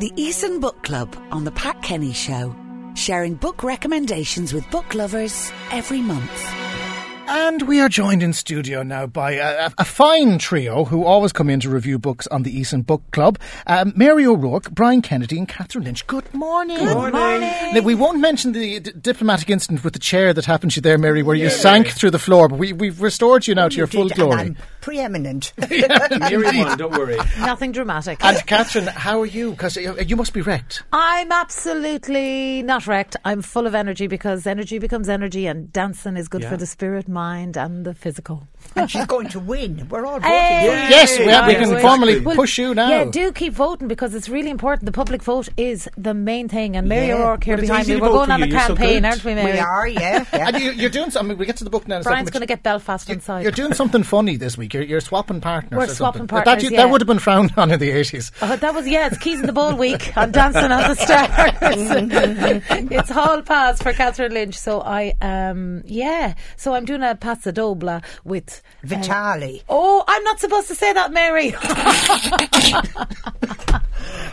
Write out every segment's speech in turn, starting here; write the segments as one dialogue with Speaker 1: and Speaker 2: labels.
Speaker 1: The Eason Book Club on The Pat Kenny Show, sharing book recommendations with book lovers every month.
Speaker 2: And we are joined in studio now by a, a fine trio who always come in to review books on the Eason Book Club um, Mary O'Rourke, Brian Kennedy, and Catherine Lynch. Good morning. Good
Speaker 3: morning.
Speaker 2: Now, we won't mention the d- diplomatic incident with the chair that happened to you there, Mary, where you sank through the floor, but we, we've restored you now to your full
Speaker 3: Did, and
Speaker 2: glory.
Speaker 3: I'm preeminent.
Speaker 2: Indeed.
Speaker 4: Everyone, don't worry.
Speaker 5: Nothing dramatic.
Speaker 2: And Catherine, how are you? Because you must be wrecked.
Speaker 5: I'm absolutely not wrecked. I'm full of energy because energy becomes energy, and dancing is good
Speaker 4: Yeah.
Speaker 5: for the spirit, mind, and the physical.
Speaker 3: and she's going to win. We're all voting.
Speaker 5: Hey!
Speaker 3: for her.
Speaker 2: Yes, we,
Speaker 5: Yeah,
Speaker 2: we
Speaker 5: yeah,
Speaker 2: can
Speaker 5: yeah.
Speaker 2: formally
Speaker 5: Well,
Speaker 2: push you now.
Speaker 5: Yeah, do keep voting because it's really important. The public vote is the main thing, and Mary
Speaker 3: Yeah.
Speaker 5: O'Rourke here
Speaker 4: Well, it's
Speaker 5: behind
Speaker 4: easy
Speaker 5: me.
Speaker 4: to
Speaker 5: We're
Speaker 4: vote
Speaker 5: going
Speaker 4: for
Speaker 5: on a
Speaker 4: you, you're so
Speaker 5: campaign,
Speaker 4: good.
Speaker 5: aren't we, Mary?
Speaker 3: We are, yeah. yeah.
Speaker 2: And you, you're doing something. We get to the book now. in a second,
Speaker 5: Brian's
Speaker 2: but
Speaker 5: going to get Belfast on side.
Speaker 2: You're doing something funny this week. You're, you're swapping partners.
Speaker 5: We're
Speaker 2: or something.
Speaker 5: swapping
Speaker 2: That- That,
Speaker 5: partners,
Speaker 2: you-
Speaker 5: yeah.
Speaker 2: that would have been frowned on in the eighties.
Speaker 5: Oh, that was yeah. It's keys in the ball week. I'm dancing on the stars. it's hall pass for Catherine Lynch. So I um yeah. So I'm doing a pasadobla with
Speaker 3: Vitali.
Speaker 5: Oh, I'm not supposed to say that, Mary.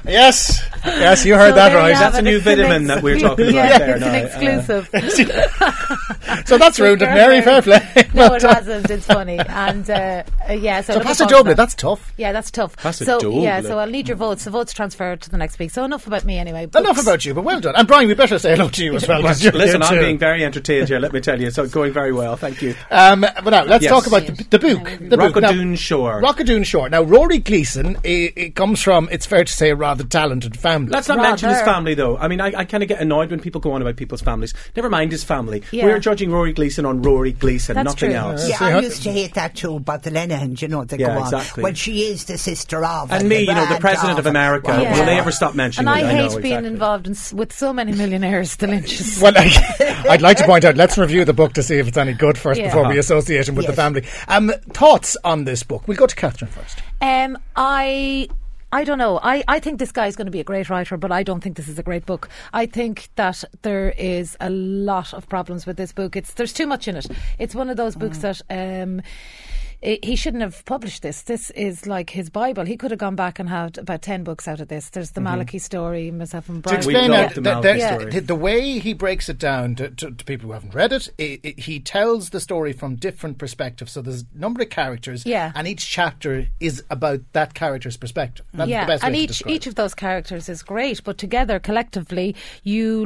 Speaker 2: Yes, yes, you heard
Speaker 5: So
Speaker 2: that
Speaker 5: there you
Speaker 2: right.
Speaker 5: have
Speaker 4: That's a
Speaker 5: it.
Speaker 4: new
Speaker 5: It's an
Speaker 4: vitamin that we're talking about
Speaker 5: Yeah,
Speaker 4: there
Speaker 5: it's
Speaker 4: now,
Speaker 5: an
Speaker 4: uh,
Speaker 5: exclusive.
Speaker 2: so that's rude of Mary. Fair play.
Speaker 5: no, it hasn't. It's funny. And uh, uh, yeah,
Speaker 2: So
Speaker 5: so, looking
Speaker 2: pass
Speaker 5: forward to that.
Speaker 2: That's tough.
Speaker 5: yeah, that's tough. So
Speaker 4: Pasadobla.
Speaker 5: yeah, so I'll need your votes. The votes transferred to the next week. So enough about me, anyway.
Speaker 2: Enough
Speaker 5: Books.
Speaker 2: about you, but well done. And Brian, we better say hello to you as well. 'cause you're
Speaker 4: Listen,
Speaker 2: here
Speaker 4: I'm
Speaker 2: too.
Speaker 4: being very entertained here, let me tell you. So it's going very well, thank you.
Speaker 2: Um, but now let's
Speaker 4: Yes.
Speaker 2: talk about the, the book. The book. Now,
Speaker 4: Rockadoon Shore.
Speaker 2: Rockadoon Shore. Now, Rory Gleason, it, it comes from, it's fair to say, a rather talented family.
Speaker 4: Let's not
Speaker 5: Rather.
Speaker 4: mention his family, though. I mean, I, I kind of get annoyed when people go on about people's families. Never mind his family.
Speaker 5: Yeah.
Speaker 4: We're judging Rory Gleason on Rory Gleason,
Speaker 5: That's
Speaker 4: nothing
Speaker 5: true.
Speaker 4: else.
Speaker 3: Yeah,
Speaker 2: see
Speaker 3: I
Speaker 2: how-
Speaker 3: used to hate that too about the Lennons, you know, they
Speaker 4: Yeah,
Speaker 3: go on.
Speaker 4: exactly.
Speaker 3: Well, she is the sister of.
Speaker 4: And me, you know, the
Speaker 3: grand
Speaker 4: president of America.
Speaker 5: Yeah.
Speaker 4: Will they ever stop mentioning
Speaker 5: And I
Speaker 4: it?
Speaker 5: hate
Speaker 4: know,
Speaker 5: being
Speaker 4: exactly.
Speaker 5: involved in, s- with so many millionaires. The Lynches.
Speaker 2: Well, I, I'd like to point out. Let's review the book to see if it's any good first
Speaker 5: Yeah.
Speaker 2: before we
Speaker 4: Uh-huh.
Speaker 2: associate it with the
Speaker 3: Yes.
Speaker 2: family. Um, thoughts on this book? We'll go to Catherine first.
Speaker 5: Um, I. I don't know. I, I think this guy is going to be a great writer, but I don't think this is a great book. I think that there is a lot of problems with this book. It's there's too much in it. It's one of those
Speaker 4: Mm.
Speaker 5: books that um, i he shouldn't have published this. This is like his Bible. He could have gone back and had about ten books out of this. There's the
Speaker 4: Mm-hmm.
Speaker 5: Malachi story, myself and Brian.
Speaker 4: We explain love
Speaker 2: out
Speaker 4: the
Speaker 2: that-
Speaker 4: Malcolm
Speaker 2: that-
Speaker 4: story.
Speaker 2: the- the way he breaks it down to, to, to people who haven't read it, i i he tells the story from different perspectives. So there's a number of characters,
Speaker 5: Yeah.
Speaker 2: and each chapter is about that character's perspective. That's the best way
Speaker 5: and
Speaker 2: to
Speaker 5: each
Speaker 2: describe
Speaker 5: each
Speaker 2: it.
Speaker 5: of those characters is great, but together collectively, you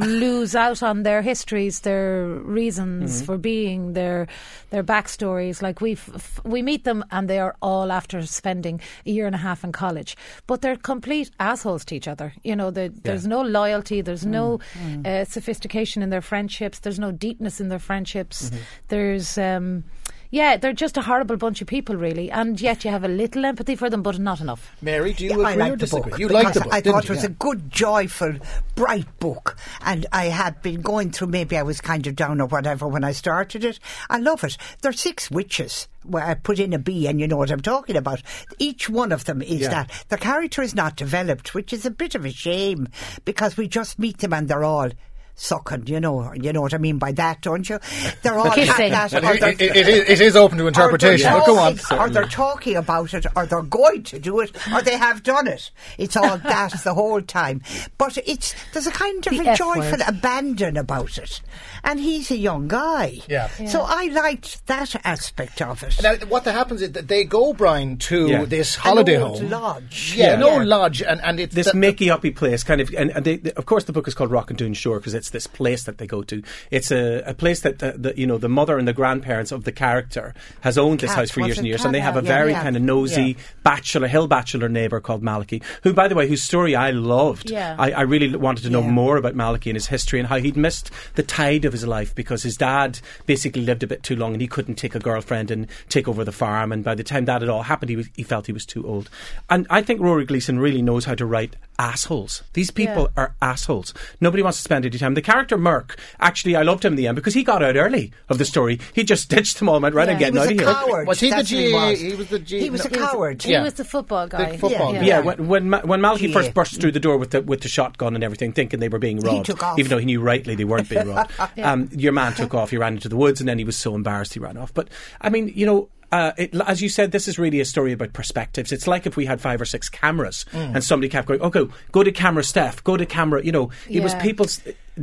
Speaker 5: lose out on their histories, their reasons
Speaker 2: Mm-hmm.
Speaker 5: for being, their their backstories. Like we f- we meet them, and they are all after spending a year and a half in college, but they're complete assholes to each other. You know, the, there's no loyalty, there's no
Speaker 2: Mm-hmm.
Speaker 5: Uh, sophistication in their friendships, there's no deepness in their friendships,
Speaker 2: Mm-hmm.
Speaker 5: there's. Um, yeah, they're just a horrible bunch of people, really, and yet you have a little empathy for them, but not enough.
Speaker 2: Mary, do you
Speaker 3: Yeah,
Speaker 2: agree
Speaker 3: I
Speaker 2: or
Speaker 3: liked the
Speaker 2: disagree?
Speaker 3: book.
Speaker 2: you liked the
Speaker 3: because
Speaker 2: book.
Speaker 3: I
Speaker 2: didn't
Speaker 3: thought
Speaker 2: you?
Speaker 3: it was
Speaker 2: Yeah.
Speaker 3: a good, joyful, bright book. And I had been going through, maybe I was kind of down or whatever when I started it. I love it. There are six witches where I put in a B and you know what I'm talking about. Each one of them is
Speaker 4: Yeah.
Speaker 3: that. The character is not developed, which is a bit of a shame because we just meet them and they're all sucking, you know. You know what I mean by that, don't you? They're all at
Speaker 5: Kissing.
Speaker 3: that.
Speaker 2: But
Speaker 3: or
Speaker 2: it-
Speaker 3: they're-
Speaker 2: it- it is- it is open to interpretation.
Speaker 3: or
Speaker 2: But
Speaker 3: they're
Speaker 2: go on.
Speaker 3: talking- Or they're talking about it, or they're going to do it, or they have done it. It's all that the whole time. But it's there's a kind of
Speaker 5: The
Speaker 3: a
Speaker 5: F
Speaker 3: joyful
Speaker 5: word.
Speaker 3: abandon about it, and he's a young guy.
Speaker 2: Yeah.
Speaker 3: So I liked that aspect of it.
Speaker 2: Now, what that happens is that they go, Brian, to
Speaker 4: Yeah.
Speaker 2: this
Speaker 3: An
Speaker 2: holiday
Speaker 3: old
Speaker 2: home.
Speaker 3: lodge.
Speaker 2: Yeah, no
Speaker 3: Yeah.
Speaker 2: lodge, and, and it's
Speaker 4: this
Speaker 2: the-
Speaker 4: makey uppy place, kind of, and, and they, they- of course the book is called Rock and Doon Shore because it's this place that they go to. It's a, a place that the, the you know the mother and the grandparents of the character has owned this
Speaker 3: Cat,
Speaker 4: house for
Speaker 3: was
Speaker 4: years and
Speaker 3: it
Speaker 4: years, and they have a
Speaker 3: Cat? Yeah,
Speaker 4: very
Speaker 3: yeah.
Speaker 4: kind of nosy
Speaker 2: Yeah.
Speaker 4: bachelor hill bachelor neighbour called Maliki, who by the way whose story I loved.
Speaker 5: Yeah.
Speaker 4: I, I really wanted to know
Speaker 3: Yeah.
Speaker 4: more about Maliki and his history and how he'd missed the tide of his life because his dad basically lived a bit too long and he couldn't take a girlfriend and take over the farm. And by the time that had all happened, he was, he felt he was too old. And I think Rory Gleason really knows how to write assholes. These people
Speaker 5: Yeah.
Speaker 4: are assholes. Nobody wants to spend any time. The character Merck, actually, I loved him in the end because he got out early of the story. He just ditched them all and went right
Speaker 5: Yeah.
Speaker 4: and
Speaker 3: He
Speaker 4: getting
Speaker 3: was
Speaker 4: out
Speaker 3: a
Speaker 4: of here.
Speaker 3: coward.
Speaker 2: Was he the
Speaker 3: That's what
Speaker 2: G-
Speaker 3: He was,
Speaker 2: he was the G-
Speaker 3: He was a
Speaker 2: no, he was-
Speaker 3: coward.
Speaker 5: He
Speaker 2: Yeah.
Speaker 5: was the football guy.
Speaker 2: football
Speaker 3: Yeah.
Speaker 2: guy.
Speaker 4: Yeah, when when, Ma- when Malky
Speaker 3: Yeah. Mm.
Speaker 4: first burst through the door with the with the shotgun and everything, thinking they were being robbed,
Speaker 3: took off.
Speaker 4: even though he knew rightly they weren't being robbed. um, your man took off. He ran into the woods, and then he was so embarrassed he ran off. But I mean, you know. uh, it, as you said, this is really a story about perspectives. It's like if we had five or six cameras
Speaker 3: Mm.
Speaker 4: and somebody kept going, okay, go to camera Steph, go to camera, you know, it was
Speaker 5: Yeah.
Speaker 4: people's.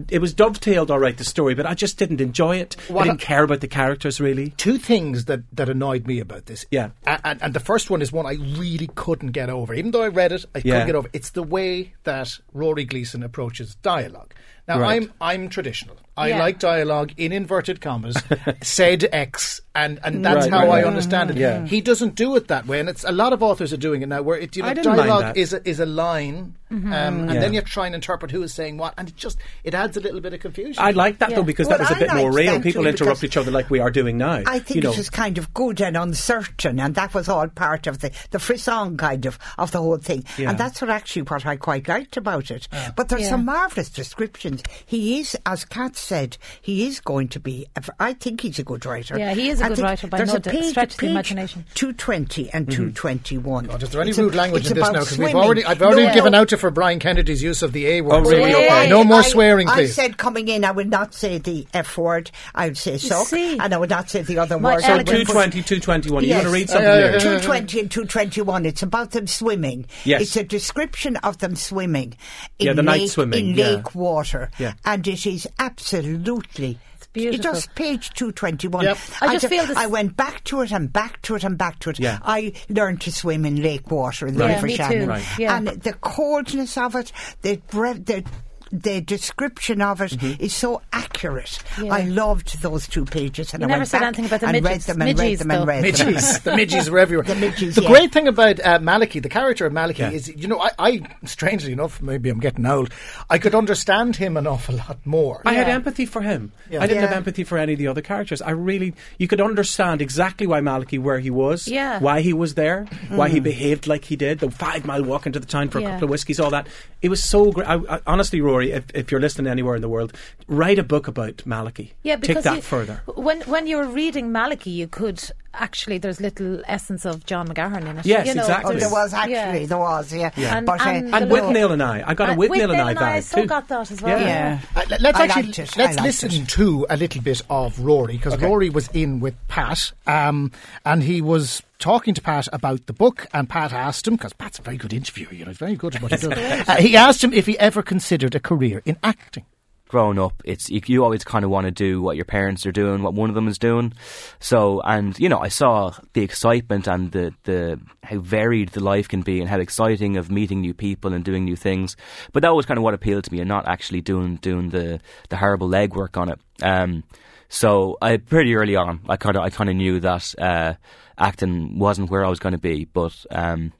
Speaker 4: It was dovetailed all right, the story, but I just didn't enjoy it.
Speaker 2: What
Speaker 4: I didn't
Speaker 2: a-
Speaker 4: care about the characters really.
Speaker 2: two things that, that annoyed me about this.
Speaker 4: Yeah.
Speaker 2: A- And, and the first one is one I really couldn't get over. Even though I read it, I
Speaker 4: Yeah.
Speaker 2: couldn't get over. It's the way that Rory Gleason approaches dialogue. Now
Speaker 4: Right.
Speaker 2: I'm I'm traditional. I
Speaker 5: Yeah.
Speaker 2: like dialogue in inverted commas, said X, and, and that's
Speaker 4: Right,
Speaker 2: how
Speaker 4: right,
Speaker 2: I
Speaker 4: right.
Speaker 2: understand it.
Speaker 4: Yeah.
Speaker 2: He doesn't do it that way, and it's a lot of authors are doing it now. Where it you know
Speaker 4: I didn't mind Mm-hmm.
Speaker 2: dialogue
Speaker 4: that.
Speaker 2: is a, is a line, um, and
Speaker 4: Yeah.
Speaker 2: then you try and interpret who is saying what, and it just it adds a little bit of confusion.
Speaker 4: I like that though
Speaker 5: Yeah.
Speaker 4: because
Speaker 3: Well,
Speaker 4: that was a
Speaker 3: I
Speaker 4: bit more
Speaker 3: liked
Speaker 4: real.
Speaker 3: that
Speaker 4: People
Speaker 3: too,
Speaker 4: interrupt
Speaker 3: because
Speaker 4: each other like we are doing now.
Speaker 3: I think
Speaker 4: you know.
Speaker 3: it was kind of good and uncertain, and that was all part of the, the frisson kind of of the whole thing.
Speaker 4: Yeah.
Speaker 3: And that's what actually what I quite liked about it. But there's
Speaker 5: Yeah.
Speaker 3: some marvellous descriptions. He is, as Kat said, he is going to be. a- I think he's a good writer.
Speaker 5: Yeah, he is a
Speaker 3: I
Speaker 5: good
Speaker 3: think
Speaker 5: writer by
Speaker 3: there's
Speaker 5: no
Speaker 3: a
Speaker 5: d-
Speaker 3: page,
Speaker 5: stretch of the
Speaker 3: page
Speaker 5: imagination.
Speaker 3: 220 and 221.
Speaker 2: Mm-hmm. God, is there any
Speaker 3: It's a-
Speaker 2: rude language
Speaker 3: it's
Speaker 2: in this
Speaker 3: about
Speaker 2: now? Because we've
Speaker 3: swimming.
Speaker 2: already, I've already
Speaker 5: No.
Speaker 2: given out to for Brian Kennedy's use of the A word.
Speaker 4: Oh, really?
Speaker 2: So
Speaker 5: Yeah.
Speaker 2: No more
Speaker 3: I-
Speaker 2: swearing,
Speaker 3: I
Speaker 2: please.
Speaker 3: said coming in, I would not say the F word. I would say suck,
Speaker 5: see.
Speaker 3: and I would not say the other
Speaker 5: My
Speaker 3: word.
Speaker 5: So
Speaker 3: I
Speaker 4: so
Speaker 5: elegant.
Speaker 3: would
Speaker 4: two
Speaker 3: put-
Speaker 4: twenty, two twenty one. You
Speaker 3: Yes.
Speaker 4: want to read something
Speaker 2: Uh,
Speaker 4: there?
Speaker 2: uh,
Speaker 3: 220 and 221. It's about them swimming.
Speaker 4: Yes.
Speaker 3: It's a description of them swimming. In
Speaker 4: Yeah, the night
Speaker 3: lake,
Speaker 4: swimming,
Speaker 3: In
Speaker 4: yeah.
Speaker 3: lake water.
Speaker 4: Yeah.
Speaker 3: And it is absolutely.
Speaker 5: beautiful.
Speaker 3: Just page 221.
Speaker 2: Yep.
Speaker 5: I just
Speaker 3: ju-
Speaker 5: feel this-
Speaker 3: I went back to it and back to it and back to it.
Speaker 4: Yeah.
Speaker 3: I learned to swim in lake water in the
Speaker 5: Right. Yeah,
Speaker 3: River
Speaker 5: me too.
Speaker 3: Shannon.
Speaker 5: Right. Yeah.
Speaker 3: And the coldness of it, the, bre- the the description of it is
Speaker 4: Mm-hmm.
Speaker 3: so accurate.
Speaker 5: Yeah.
Speaker 3: I loved those two pages, and
Speaker 5: You
Speaker 3: I
Speaker 5: never
Speaker 3: went
Speaker 5: said
Speaker 3: back
Speaker 5: anything about the
Speaker 3: and read
Speaker 5: midgets-
Speaker 3: them and read
Speaker 5: midges,
Speaker 3: them and
Speaker 5: though.
Speaker 3: read them.
Speaker 2: midges. the midges were everywhere.
Speaker 3: The midges, yeah.
Speaker 2: great thing about uh, Maliki, the character of Maliki,
Speaker 4: Yeah.
Speaker 2: is you know, I, I strangely enough, maybe I'm getting old, I could understand him an awful lot more.
Speaker 4: I had
Speaker 5: Yeah.
Speaker 4: empathy for him. I didn't
Speaker 3: Yeah.
Speaker 4: have empathy for any of the other characters. I really, you could understand exactly why Maliki, where he was,
Speaker 5: Yeah. Mm.
Speaker 4: why he was there, why he behaved like he did, the five mile walk into the town for a
Speaker 5: Yeah.
Speaker 4: couple of whiskies, all that. It was so great. I, I, honestly, Rory, if, if you're listening anywhere in the world, write a book about Maliki.
Speaker 5: Yeah, because
Speaker 4: Take that
Speaker 5: you-
Speaker 4: further.
Speaker 5: When when you're reading Maliki, you could actually there's little essence of John McGahern in it.
Speaker 4: Yes,
Speaker 5: you know,
Speaker 4: exactly.
Speaker 3: Oh, there
Speaker 5: there's-
Speaker 3: was actually,
Speaker 5: yeah.
Speaker 3: there was, yeah.
Speaker 5: And-
Speaker 3: But, uh,
Speaker 5: and
Speaker 4: And
Speaker 5: the
Speaker 4: with
Speaker 5: law.
Speaker 4: Nail and I. I got a
Speaker 5: Uh,
Speaker 4: with Nail and I
Speaker 5: I
Speaker 4: vibe
Speaker 5: still
Speaker 4: too.
Speaker 5: got that as well.
Speaker 4: Yeah.
Speaker 3: yeah.
Speaker 2: Uh, let- let's
Speaker 3: I
Speaker 2: actually
Speaker 3: liked it. I
Speaker 2: let's
Speaker 3: liked
Speaker 2: listen
Speaker 3: it.
Speaker 2: to a little bit of Rory because Rory was in with Pat, um, and he was talking to Pat about the book, and Pat asked him because Pat's a very good interviewer, you know, he's very good at what he does. Uh, he asked him if he ever considered a career in acting.
Speaker 6: grown up, it's you, you always kind of want to do what your parents are doing, what one of them is doing. So, and you know, I saw the excitement and the the how varied the life can be, and how exciting of meeting new people and doing new things. But that was kind of what appealed to me, and not actually doing doing the the horrible legwork on it. Um, so, I pretty early on, I kind of I kind of knew that uh, acting wasn't where I was going to be, but. Um,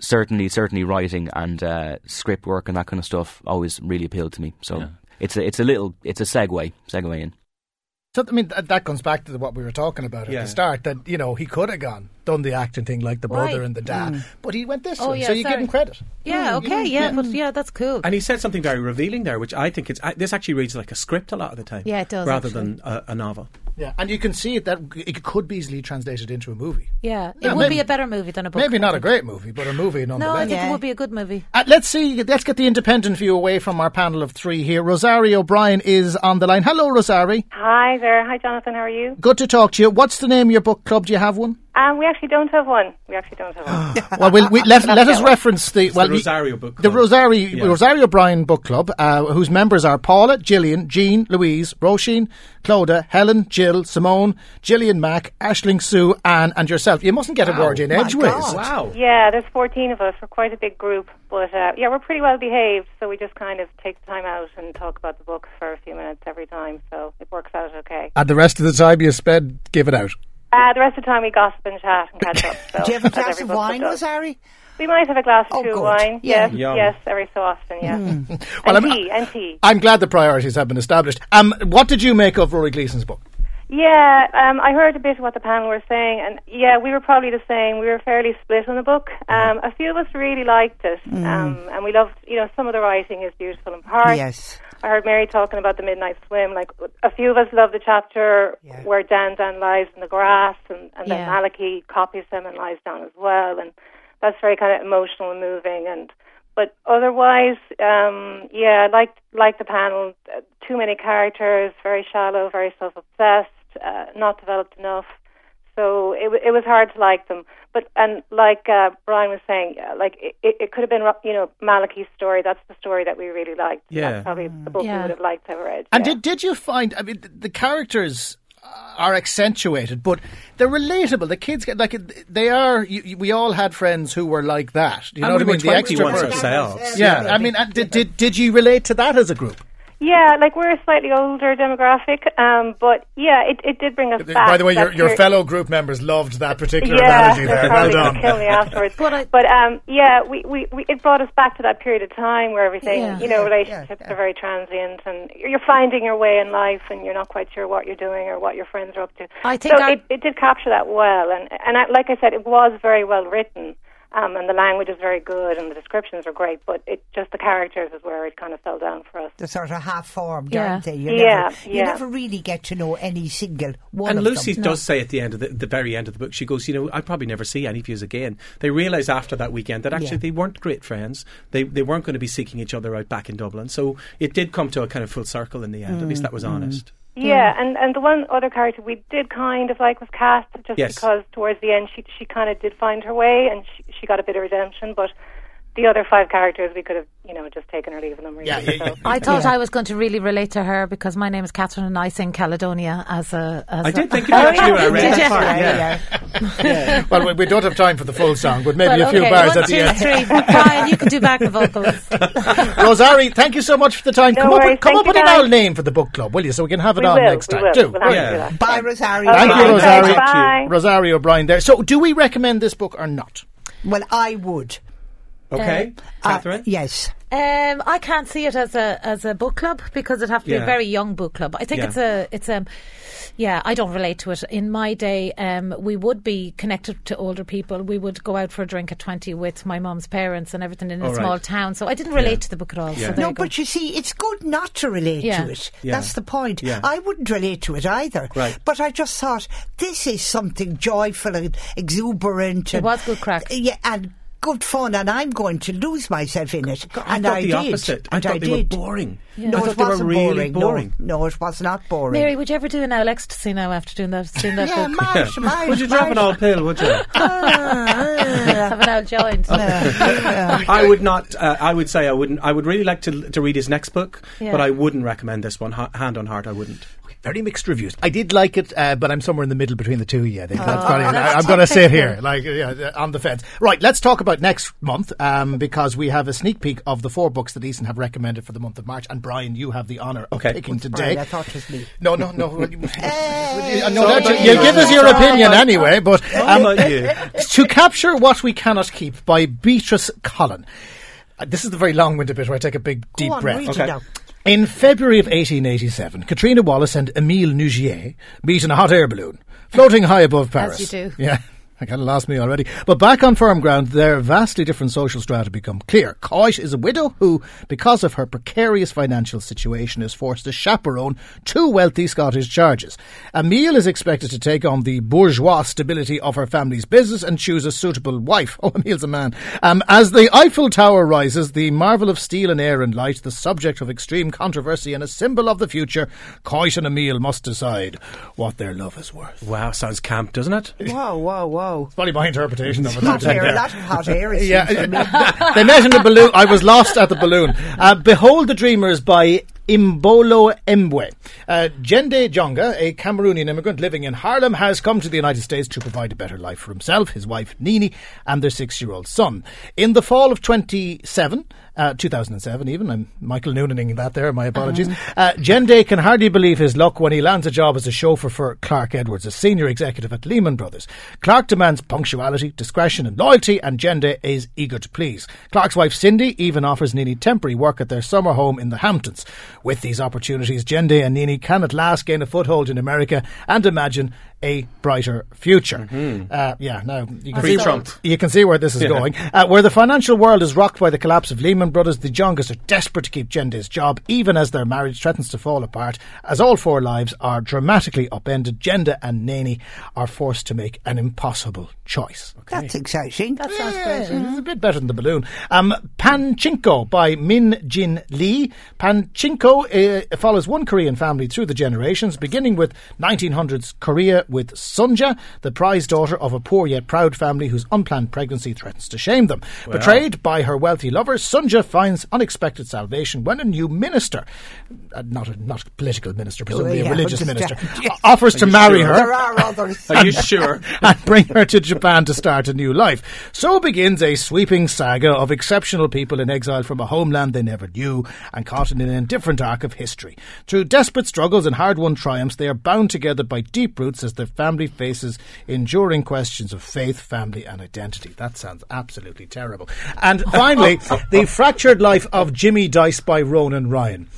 Speaker 6: Certainly, certainly, writing and uh, script work and that kind of stuff always really appealed to me. So, it's a it's a little it's a segue segue in.
Speaker 2: So I mean that, that comes back to the, what we were talking about at
Speaker 4: Yeah.
Speaker 2: the start. That you know he could have gone done the acting thing like the brother
Speaker 5: Right.
Speaker 2: and the dad, but he went this
Speaker 5: Oh,
Speaker 2: way.
Speaker 5: yeah,
Speaker 2: so you give
Speaker 5: sorry.
Speaker 2: him credit.
Speaker 5: Yeah,
Speaker 2: Mm,
Speaker 5: okay, yeah, but yeah, that's cool.
Speaker 4: And he said something very revealing there, which I think it's. I, this actually reads like a script a lot of the time.
Speaker 5: Yeah, it does,
Speaker 4: Rather
Speaker 5: actually.
Speaker 4: than a, a novel.
Speaker 2: Yeah, and you can see that it could be easily translated into a movie.
Speaker 5: yeah, it
Speaker 2: Yeah,
Speaker 5: would
Speaker 2: maybe-
Speaker 5: be a better movie than a book.
Speaker 2: Maybe not
Speaker 5: I
Speaker 2: a
Speaker 5: think.
Speaker 2: great movie, but a movie
Speaker 5: No, I
Speaker 2: nonetheless.
Speaker 5: think
Speaker 3: Yeah.
Speaker 5: it would be a good movie.
Speaker 2: Uh, let's see. Let's get the independent view away from our panel of three here. Rosario O'Brien is on the line. Hello, Rosario.
Speaker 7: Hi there. Hi, Jonathan. How are you?
Speaker 2: Good to talk to you. What's the name of your book club? Do you have one?
Speaker 7: Um, we actually don't have one. We actually don't have one.
Speaker 2: Well, we'll we, let, let us reference the well
Speaker 4: the
Speaker 2: you-
Speaker 4: Rosario Book
Speaker 2: the
Speaker 4: Club.
Speaker 2: Rosario
Speaker 4: Yeah.
Speaker 2: Rosario Bryan Book Club, uh, whose members are Paula, Gillian, Jean, Louise, Roisin, Clodagh, Helen, Jill, Simone, Gillian Mac, Ashling, Sue, Anne, and yourself. You mustn't get a word in
Speaker 3: my
Speaker 2: edgeways.
Speaker 3: God.
Speaker 4: Wow.
Speaker 7: Yeah, there's 14 of us. We're quite a big group, but uh, yeah, we're pretty well behaved. So we just kind of take the time out and talk about the book for a few minutes every time. So it works out okay.
Speaker 3: Uh,
Speaker 2: And the rest of the time you spend, give it out.
Speaker 7: Uh, the rest of the time we gossip and chat and catch up. So
Speaker 3: Do you have a
Speaker 7: as
Speaker 3: glass
Speaker 7: every
Speaker 3: of
Speaker 7: book club
Speaker 3: wine,
Speaker 7: does.
Speaker 3: Rosari?
Speaker 7: We might have a glass or
Speaker 3: Oh,
Speaker 7: two of
Speaker 3: good.
Speaker 7: wine.
Speaker 3: Yeah. Hmm.
Speaker 7: Yes,
Speaker 4: Yum.
Speaker 7: yes, every so often. Yeah.
Speaker 2: Well,
Speaker 7: and
Speaker 2: I'm-
Speaker 7: tea and tea.
Speaker 2: I'm glad the priorities have been established. Um, what did you make of Rory Gleason's book?
Speaker 7: Yeah, um, I heard a bit of what the panel were saying, and yeah, we were probably the same. We were fairly split on the book. Um, a few of us really liked it, um, and we loved, you know, some of the writing is beautiful in part.
Speaker 3: Yes.
Speaker 7: I heard Mary talking about the midnight swim. Like a few of us love the chapter where Dan Dan lies in the grass, and, and then
Speaker 5: Yeah.
Speaker 7: Maliki copies him and lies down as well, and that's very kind of emotional and moving. And but otherwise, um, yeah, like like the panel, uh, too many characters, very shallow, very self obsessed, uh, not developed enough. So it, w- it was hard to like them. But and like uh, Brian was saying, uh, like it, it it could have been you know Malachi's story. That's the story that we really liked.
Speaker 4: Yeah.
Speaker 7: That's probably the book
Speaker 5: Yeah.
Speaker 7: we would have liked to have read.
Speaker 2: And
Speaker 7: yeah.
Speaker 2: did did you find? I mean, th- the characters are accentuated, but they're relatable. The kids get like they are. You, you- we all had friends who were like that. You know what
Speaker 4: and we
Speaker 2: I mean?
Speaker 4: were
Speaker 2: The
Speaker 4: 20 once
Speaker 2: extroverts.
Speaker 4: ourselves.
Speaker 2: Yeah, I mean, and did, did did you relate to that as a group?
Speaker 7: Yeah, like we're a slightly older demographic, um, but yeah, it, it did bring us back.
Speaker 8: By the way, your,
Speaker 7: that
Speaker 8: your
Speaker 7: period-
Speaker 8: fellow group members loved that particular
Speaker 7: yeah,
Speaker 8: analogy
Speaker 7: they'll
Speaker 8: there. Well
Speaker 7: probably
Speaker 8: done.
Speaker 7: Kill me afterwards.
Speaker 5: But I-
Speaker 7: but, um, yeah, we, we, we it brought us back to that period of time where everything,
Speaker 5: Yeah.
Speaker 7: you know,
Speaker 3: Yeah,
Speaker 7: relationships
Speaker 3: yeah, yeah.
Speaker 7: are very transient, and you're finding your way in life, and you're not quite sure what you're doing or what your friends are up to.
Speaker 5: I think
Speaker 7: so
Speaker 5: I-
Speaker 7: it, it did capture that well, and and I, like I said, it was very well written. Um, and the language is very good, and the descriptions are great, but it just the characters is where it kind of fell down for us.
Speaker 3: They're sort of half formed,
Speaker 5: Yeah.
Speaker 3: aren't they? You
Speaker 7: Yeah,
Speaker 3: never, you
Speaker 7: yeah.
Speaker 3: never really get to know any single one
Speaker 4: and
Speaker 3: of
Speaker 4: Lucy
Speaker 3: them.
Speaker 4: does say at the end of the, the very end of the book, she goes, "You know, I probably never see any of yous again." They realise after that weekend that actually
Speaker 3: Yeah.
Speaker 4: they weren't great friends. They they weren't going to be seeking each other out back in Dublin. So it did come to a kind of full circle in the end. At least that was
Speaker 3: Mm.
Speaker 4: honest.
Speaker 7: Yeah, and and the one other character we did kind of like was Kat, just
Speaker 4: Yes.
Speaker 7: because towards the end she she kind of did find her way and she, she got a bit of redemption, but the other five characters we could have you know just taken or leave them really.
Speaker 8: Yeah, yeah,
Speaker 7: so.
Speaker 5: I thought I was going to really relate to her because my name is Catherine and I sing Caledonia as a. As
Speaker 4: I
Speaker 5: a- Oh,
Speaker 4: did think of you actually when I read
Speaker 5: Did
Speaker 4: that.
Speaker 5: you?
Speaker 4: part,
Speaker 3: Yeah,
Speaker 4: yeah.
Speaker 3: yeah.
Speaker 8: Well, we, we don't have time for the full song, but maybe
Speaker 5: Well,
Speaker 8: a few
Speaker 5: okay,
Speaker 8: bars
Speaker 5: one,
Speaker 8: at the
Speaker 5: two,
Speaker 8: end.
Speaker 5: three. Brian, you can do back the vocals.
Speaker 2: Rosari, thank you so much for the time.
Speaker 7: No
Speaker 2: come
Speaker 7: worries.
Speaker 2: up, come
Speaker 7: Thank
Speaker 2: up with
Speaker 7: you,
Speaker 2: an
Speaker 7: guys.
Speaker 2: old name for the book club, will you? So we can have it
Speaker 7: we
Speaker 2: on
Speaker 7: will,
Speaker 2: next
Speaker 7: we
Speaker 2: time.
Speaker 7: will.
Speaker 2: Do.
Speaker 7: We'll have
Speaker 4: Yeah.
Speaker 7: to do that.
Speaker 3: Bye, Rosario.
Speaker 7: Okay,
Speaker 2: Thank you,
Speaker 7: Bye.
Speaker 2: Rosario.
Speaker 7: Bye.
Speaker 2: Rosario O'Brien there. So, do we recommend this book or not?
Speaker 3: Well, I would.
Speaker 4: Okay,
Speaker 3: Uh,
Speaker 4: Catherine.
Speaker 3: yes.
Speaker 5: Um, I can't see it as a as a book club because it'd have to be
Speaker 4: Yeah.
Speaker 5: a very young book club. I think
Speaker 4: Yeah.
Speaker 5: it's a it's um yeah, I don't relate to it. In my day, um, we would be connected to older people. We would go out for a drink at twenty with my mum's parents and everything in a
Speaker 4: All right.
Speaker 5: small town. So I didn't relate
Speaker 4: Yeah.
Speaker 5: to the book at all.
Speaker 4: Yeah.
Speaker 5: So there
Speaker 3: No,
Speaker 5: you go.
Speaker 3: but you see, it's good not to relate
Speaker 5: Yeah.
Speaker 3: to it.
Speaker 4: Yeah.
Speaker 3: That's the point.
Speaker 4: Yeah.
Speaker 3: I wouldn't relate to it either.
Speaker 4: Right.
Speaker 3: But I just thought this is something joyful and exuberant.
Speaker 5: It
Speaker 3: and, uh,
Speaker 5: was good crack.
Speaker 3: Yeah, and good fun, and I'm going to lose myself in it.
Speaker 4: God, I
Speaker 3: and
Speaker 4: thought
Speaker 3: I
Speaker 4: the
Speaker 3: did.
Speaker 4: opposite. I
Speaker 3: and
Speaker 4: thought
Speaker 3: I
Speaker 4: they were
Speaker 3: did.
Speaker 4: boring.
Speaker 3: No,
Speaker 4: I thought
Speaker 3: it
Speaker 4: they were
Speaker 3: wasn't
Speaker 4: really
Speaker 3: boring. No,
Speaker 4: boring.
Speaker 3: No, it was not boring.
Speaker 5: Mary, would you ever do an owl ecstasy now after doing that? Seeing that
Speaker 3: yeah,
Speaker 5: book?
Speaker 3: Marsh, Marsh,
Speaker 4: Would you drop an
Speaker 3: Marsh.
Speaker 4: old pill? Would you?
Speaker 3: Ah,
Speaker 5: Have an owl joined?
Speaker 3: ah,
Speaker 4: I would not. Uh, I would say I wouldn't. I would really like to to read his next book,
Speaker 5: Yeah.
Speaker 4: but I wouldn't recommend this one. Ha- hand on heart, I wouldn't.
Speaker 2: Very mixed reviews. I did like it, uh, but I'm somewhere in the middle between the two. Yeah, I think that's
Speaker 3: Oh.
Speaker 2: probably,
Speaker 5: that's
Speaker 2: I, am going to sit
Speaker 5: typical.
Speaker 2: here, like yeah, uh, on the fence. Right, let's talk about next month um, because we have a sneak peek of the four books that Ethan have recommended for the month of March. And Brian, you have the honour of
Speaker 4: Okay.
Speaker 2: picking today.
Speaker 3: Brian, I thought it was me.
Speaker 2: No, no, no. Would you- Uh, no,
Speaker 4: Sorry.
Speaker 2: that's- you'll give us your
Speaker 4: Sorry.
Speaker 2: opinion anyway, but um,
Speaker 4: How about you?
Speaker 2: to capture what we cannot keep by Beatrice Collin. Uh, This is the very long-winded bit where I take a big deep
Speaker 3: Go on,
Speaker 2: breath.
Speaker 3: read it
Speaker 4: Okay.
Speaker 3: now.
Speaker 2: In February of 1887, Katrina Wallace and Emile Nougier meet in a hot air balloon, floating high above Paris.
Speaker 5: you do.
Speaker 2: Yeah. I kind of lost me already. But back on firm ground, their vastly different social strata become clear. Coit is a widow who, because of her precarious financial situation, is forced to chaperone two wealthy Scottish charges. Emile is expected to take on the bourgeois stability of her family's business and choose a suitable wife. Oh, Emile's a man. Um, as the Eiffel Tower rises, the marvel of steel and air and light, the subject of extreme controversy and a symbol of the future, Coit and Emile must decide what their love is worth.
Speaker 4: Wow, sounds camp, doesn't it?
Speaker 3: Whoa, whoa, whoa.
Speaker 2: Probably my interpretation of it.
Speaker 3: Hot air, a lot of hot air. it seems to me.
Speaker 2: Yeah, they met in a balloon. I was lost at the balloon. Uh, Behold the Dreamers by Imbolo Embwe. Uh, Jende Jonga, a Cameroonian immigrant living in Harlem, has come to the United States to provide a better life for himself, his wife Nini, and their six-year-old son. In the fall of 27, uh, 2007 even, I'm Michael Noonaning that there, my apologies. Uh, Jende can hardly believe his luck when he lands a job as a chauffeur for Clark Edwards, a senior executive at Lehman Brothers. Clark demands punctuality, discretion, and loyalty, and Jende is eager to please. Clark's wife Cindy even offers Nini temporary work at their summer home in the Hamptons. With these opportunities, Jende and Nini can at last gain a foothold in America and imagine a brighter future. Uh, yeah, now you can
Speaker 4: Free
Speaker 2: see-
Speaker 4: Trump.
Speaker 2: you can see where this is going. Uh, where the financial world is rocked by the collapse of Lehman Brothers, the Jongas are desperate to keep Jende's job, even as their marriage threatens to fall apart. As all four lives are dramatically upended, Jenda and Nani are forced to make an impossible choice.
Speaker 3: That's exciting.
Speaker 5: That
Speaker 4: Mm.
Speaker 5: sounds
Speaker 2: Yeah,
Speaker 5: great.
Speaker 2: It's a bit better than the balloon. Um, Panchinko by Min Jin Lee. Panchinko uh, follows one Korean family through the generations, beginning with 1900s Korea, with Sunja, the prize daughter of a poor yet proud family whose unplanned pregnancy threatens to shame them. Betrayed by her wealthy lover, Sunja finds unexpected salvation when a new minister, uh, not a not a political minister, presumably
Speaker 3: Oh, yeah,
Speaker 2: a religious
Speaker 3: understand.
Speaker 2: minister, o- offers to marry her
Speaker 3: There are others.
Speaker 4: Are you sure?
Speaker 2: and bring her to Japan to start a new life. So begins a sweeping saga of exceptional people in exile from a homeland they never knew and caught in an indifferent arc of history. Through desperate struggles and hard won triumphs, they are bound together by deep roots as their family faces enduring questions of faith, family, and identity. That sounds absolutely terrible. And finally, The Fractured Life of Jimmy Dice by Ronan Ryan.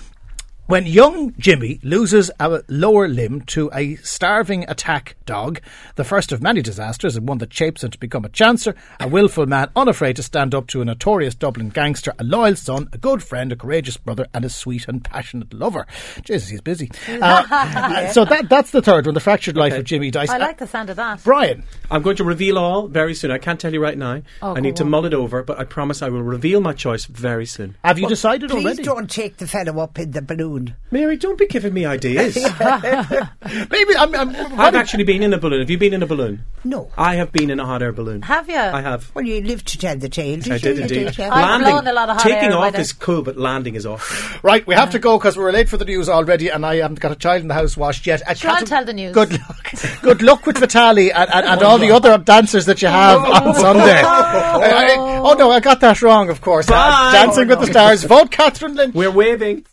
Speaker 2: When young Jimmy loses a lower limb to a starving attack dog, the first of many disasters, and one that shapes him to become a chancer, a willful man unafraid to stand up to a notorious Dublin gangster, a loyal son, a good friend, a courageous brother, and a sweet and passionate lover. Jesus, he's busy. Uh, so that that's the third one, the fractured life of Jimmy Dice.
Speaker 5: I
Speaker 2: Uh,
Speaker 5: like the sound of that.
Speaker 2: Brian.
Speaker 4: I'm going to reveal all very soon. I can't tell you right now.
Speaker 5: Oh,
Speaker 4: I need
Speaker 5: go
Speaker 4: to
Speaker 5: on.
Speaker 4: mull it over, but I promise I will reveal my choice very soon.
Speaker 2: Have you decided
Speaker 3: Please
Speaker 2: already?
Speaker 3: don't take the fellow up in the balloon.
Speaker 4: Mary, don't be giving me ideas.
Speaker 2: Maybe I'm. I'm
Speaker 4: I've actually been in a balloon. Have you been in a balloon?
Speaker 3: No.
Speaker 4: I have been in a hot air balloon.
Speaker 5: Have you?
Speaker 4: I have.
Speaker 3: Well, you live to tell the tale.
Speaker 4: I did
Speaker 3: you?
Speaker 4: indeed.
Speaker 3: yeah.
Speaker 5: I've blown a lot of hot
Speaker 4: taking
Speaker 5: air by
Speaker 4: off
Speaker 5: then.
Speaker 4: is cool, but landing is awful.
Speaker 2: Right, we have to go because we're late for the news already, and I haven't got a child in the house washed yet. Uh,
Speaker 5: Sure, I'll
Speaker 2: Catherine,
Speaker 5: tell the news.
Speaker 2: Good luck. Good luck with Vitali and, and, and all the other dancers that you have on Sunday. Uh, I- oh no, I got that wrong, of course. Uh,
Speaker 4: Bye.
Speaker 2: Dancing with the Stars. Vote Catherine Lynch.
Speaker 4: We're waving.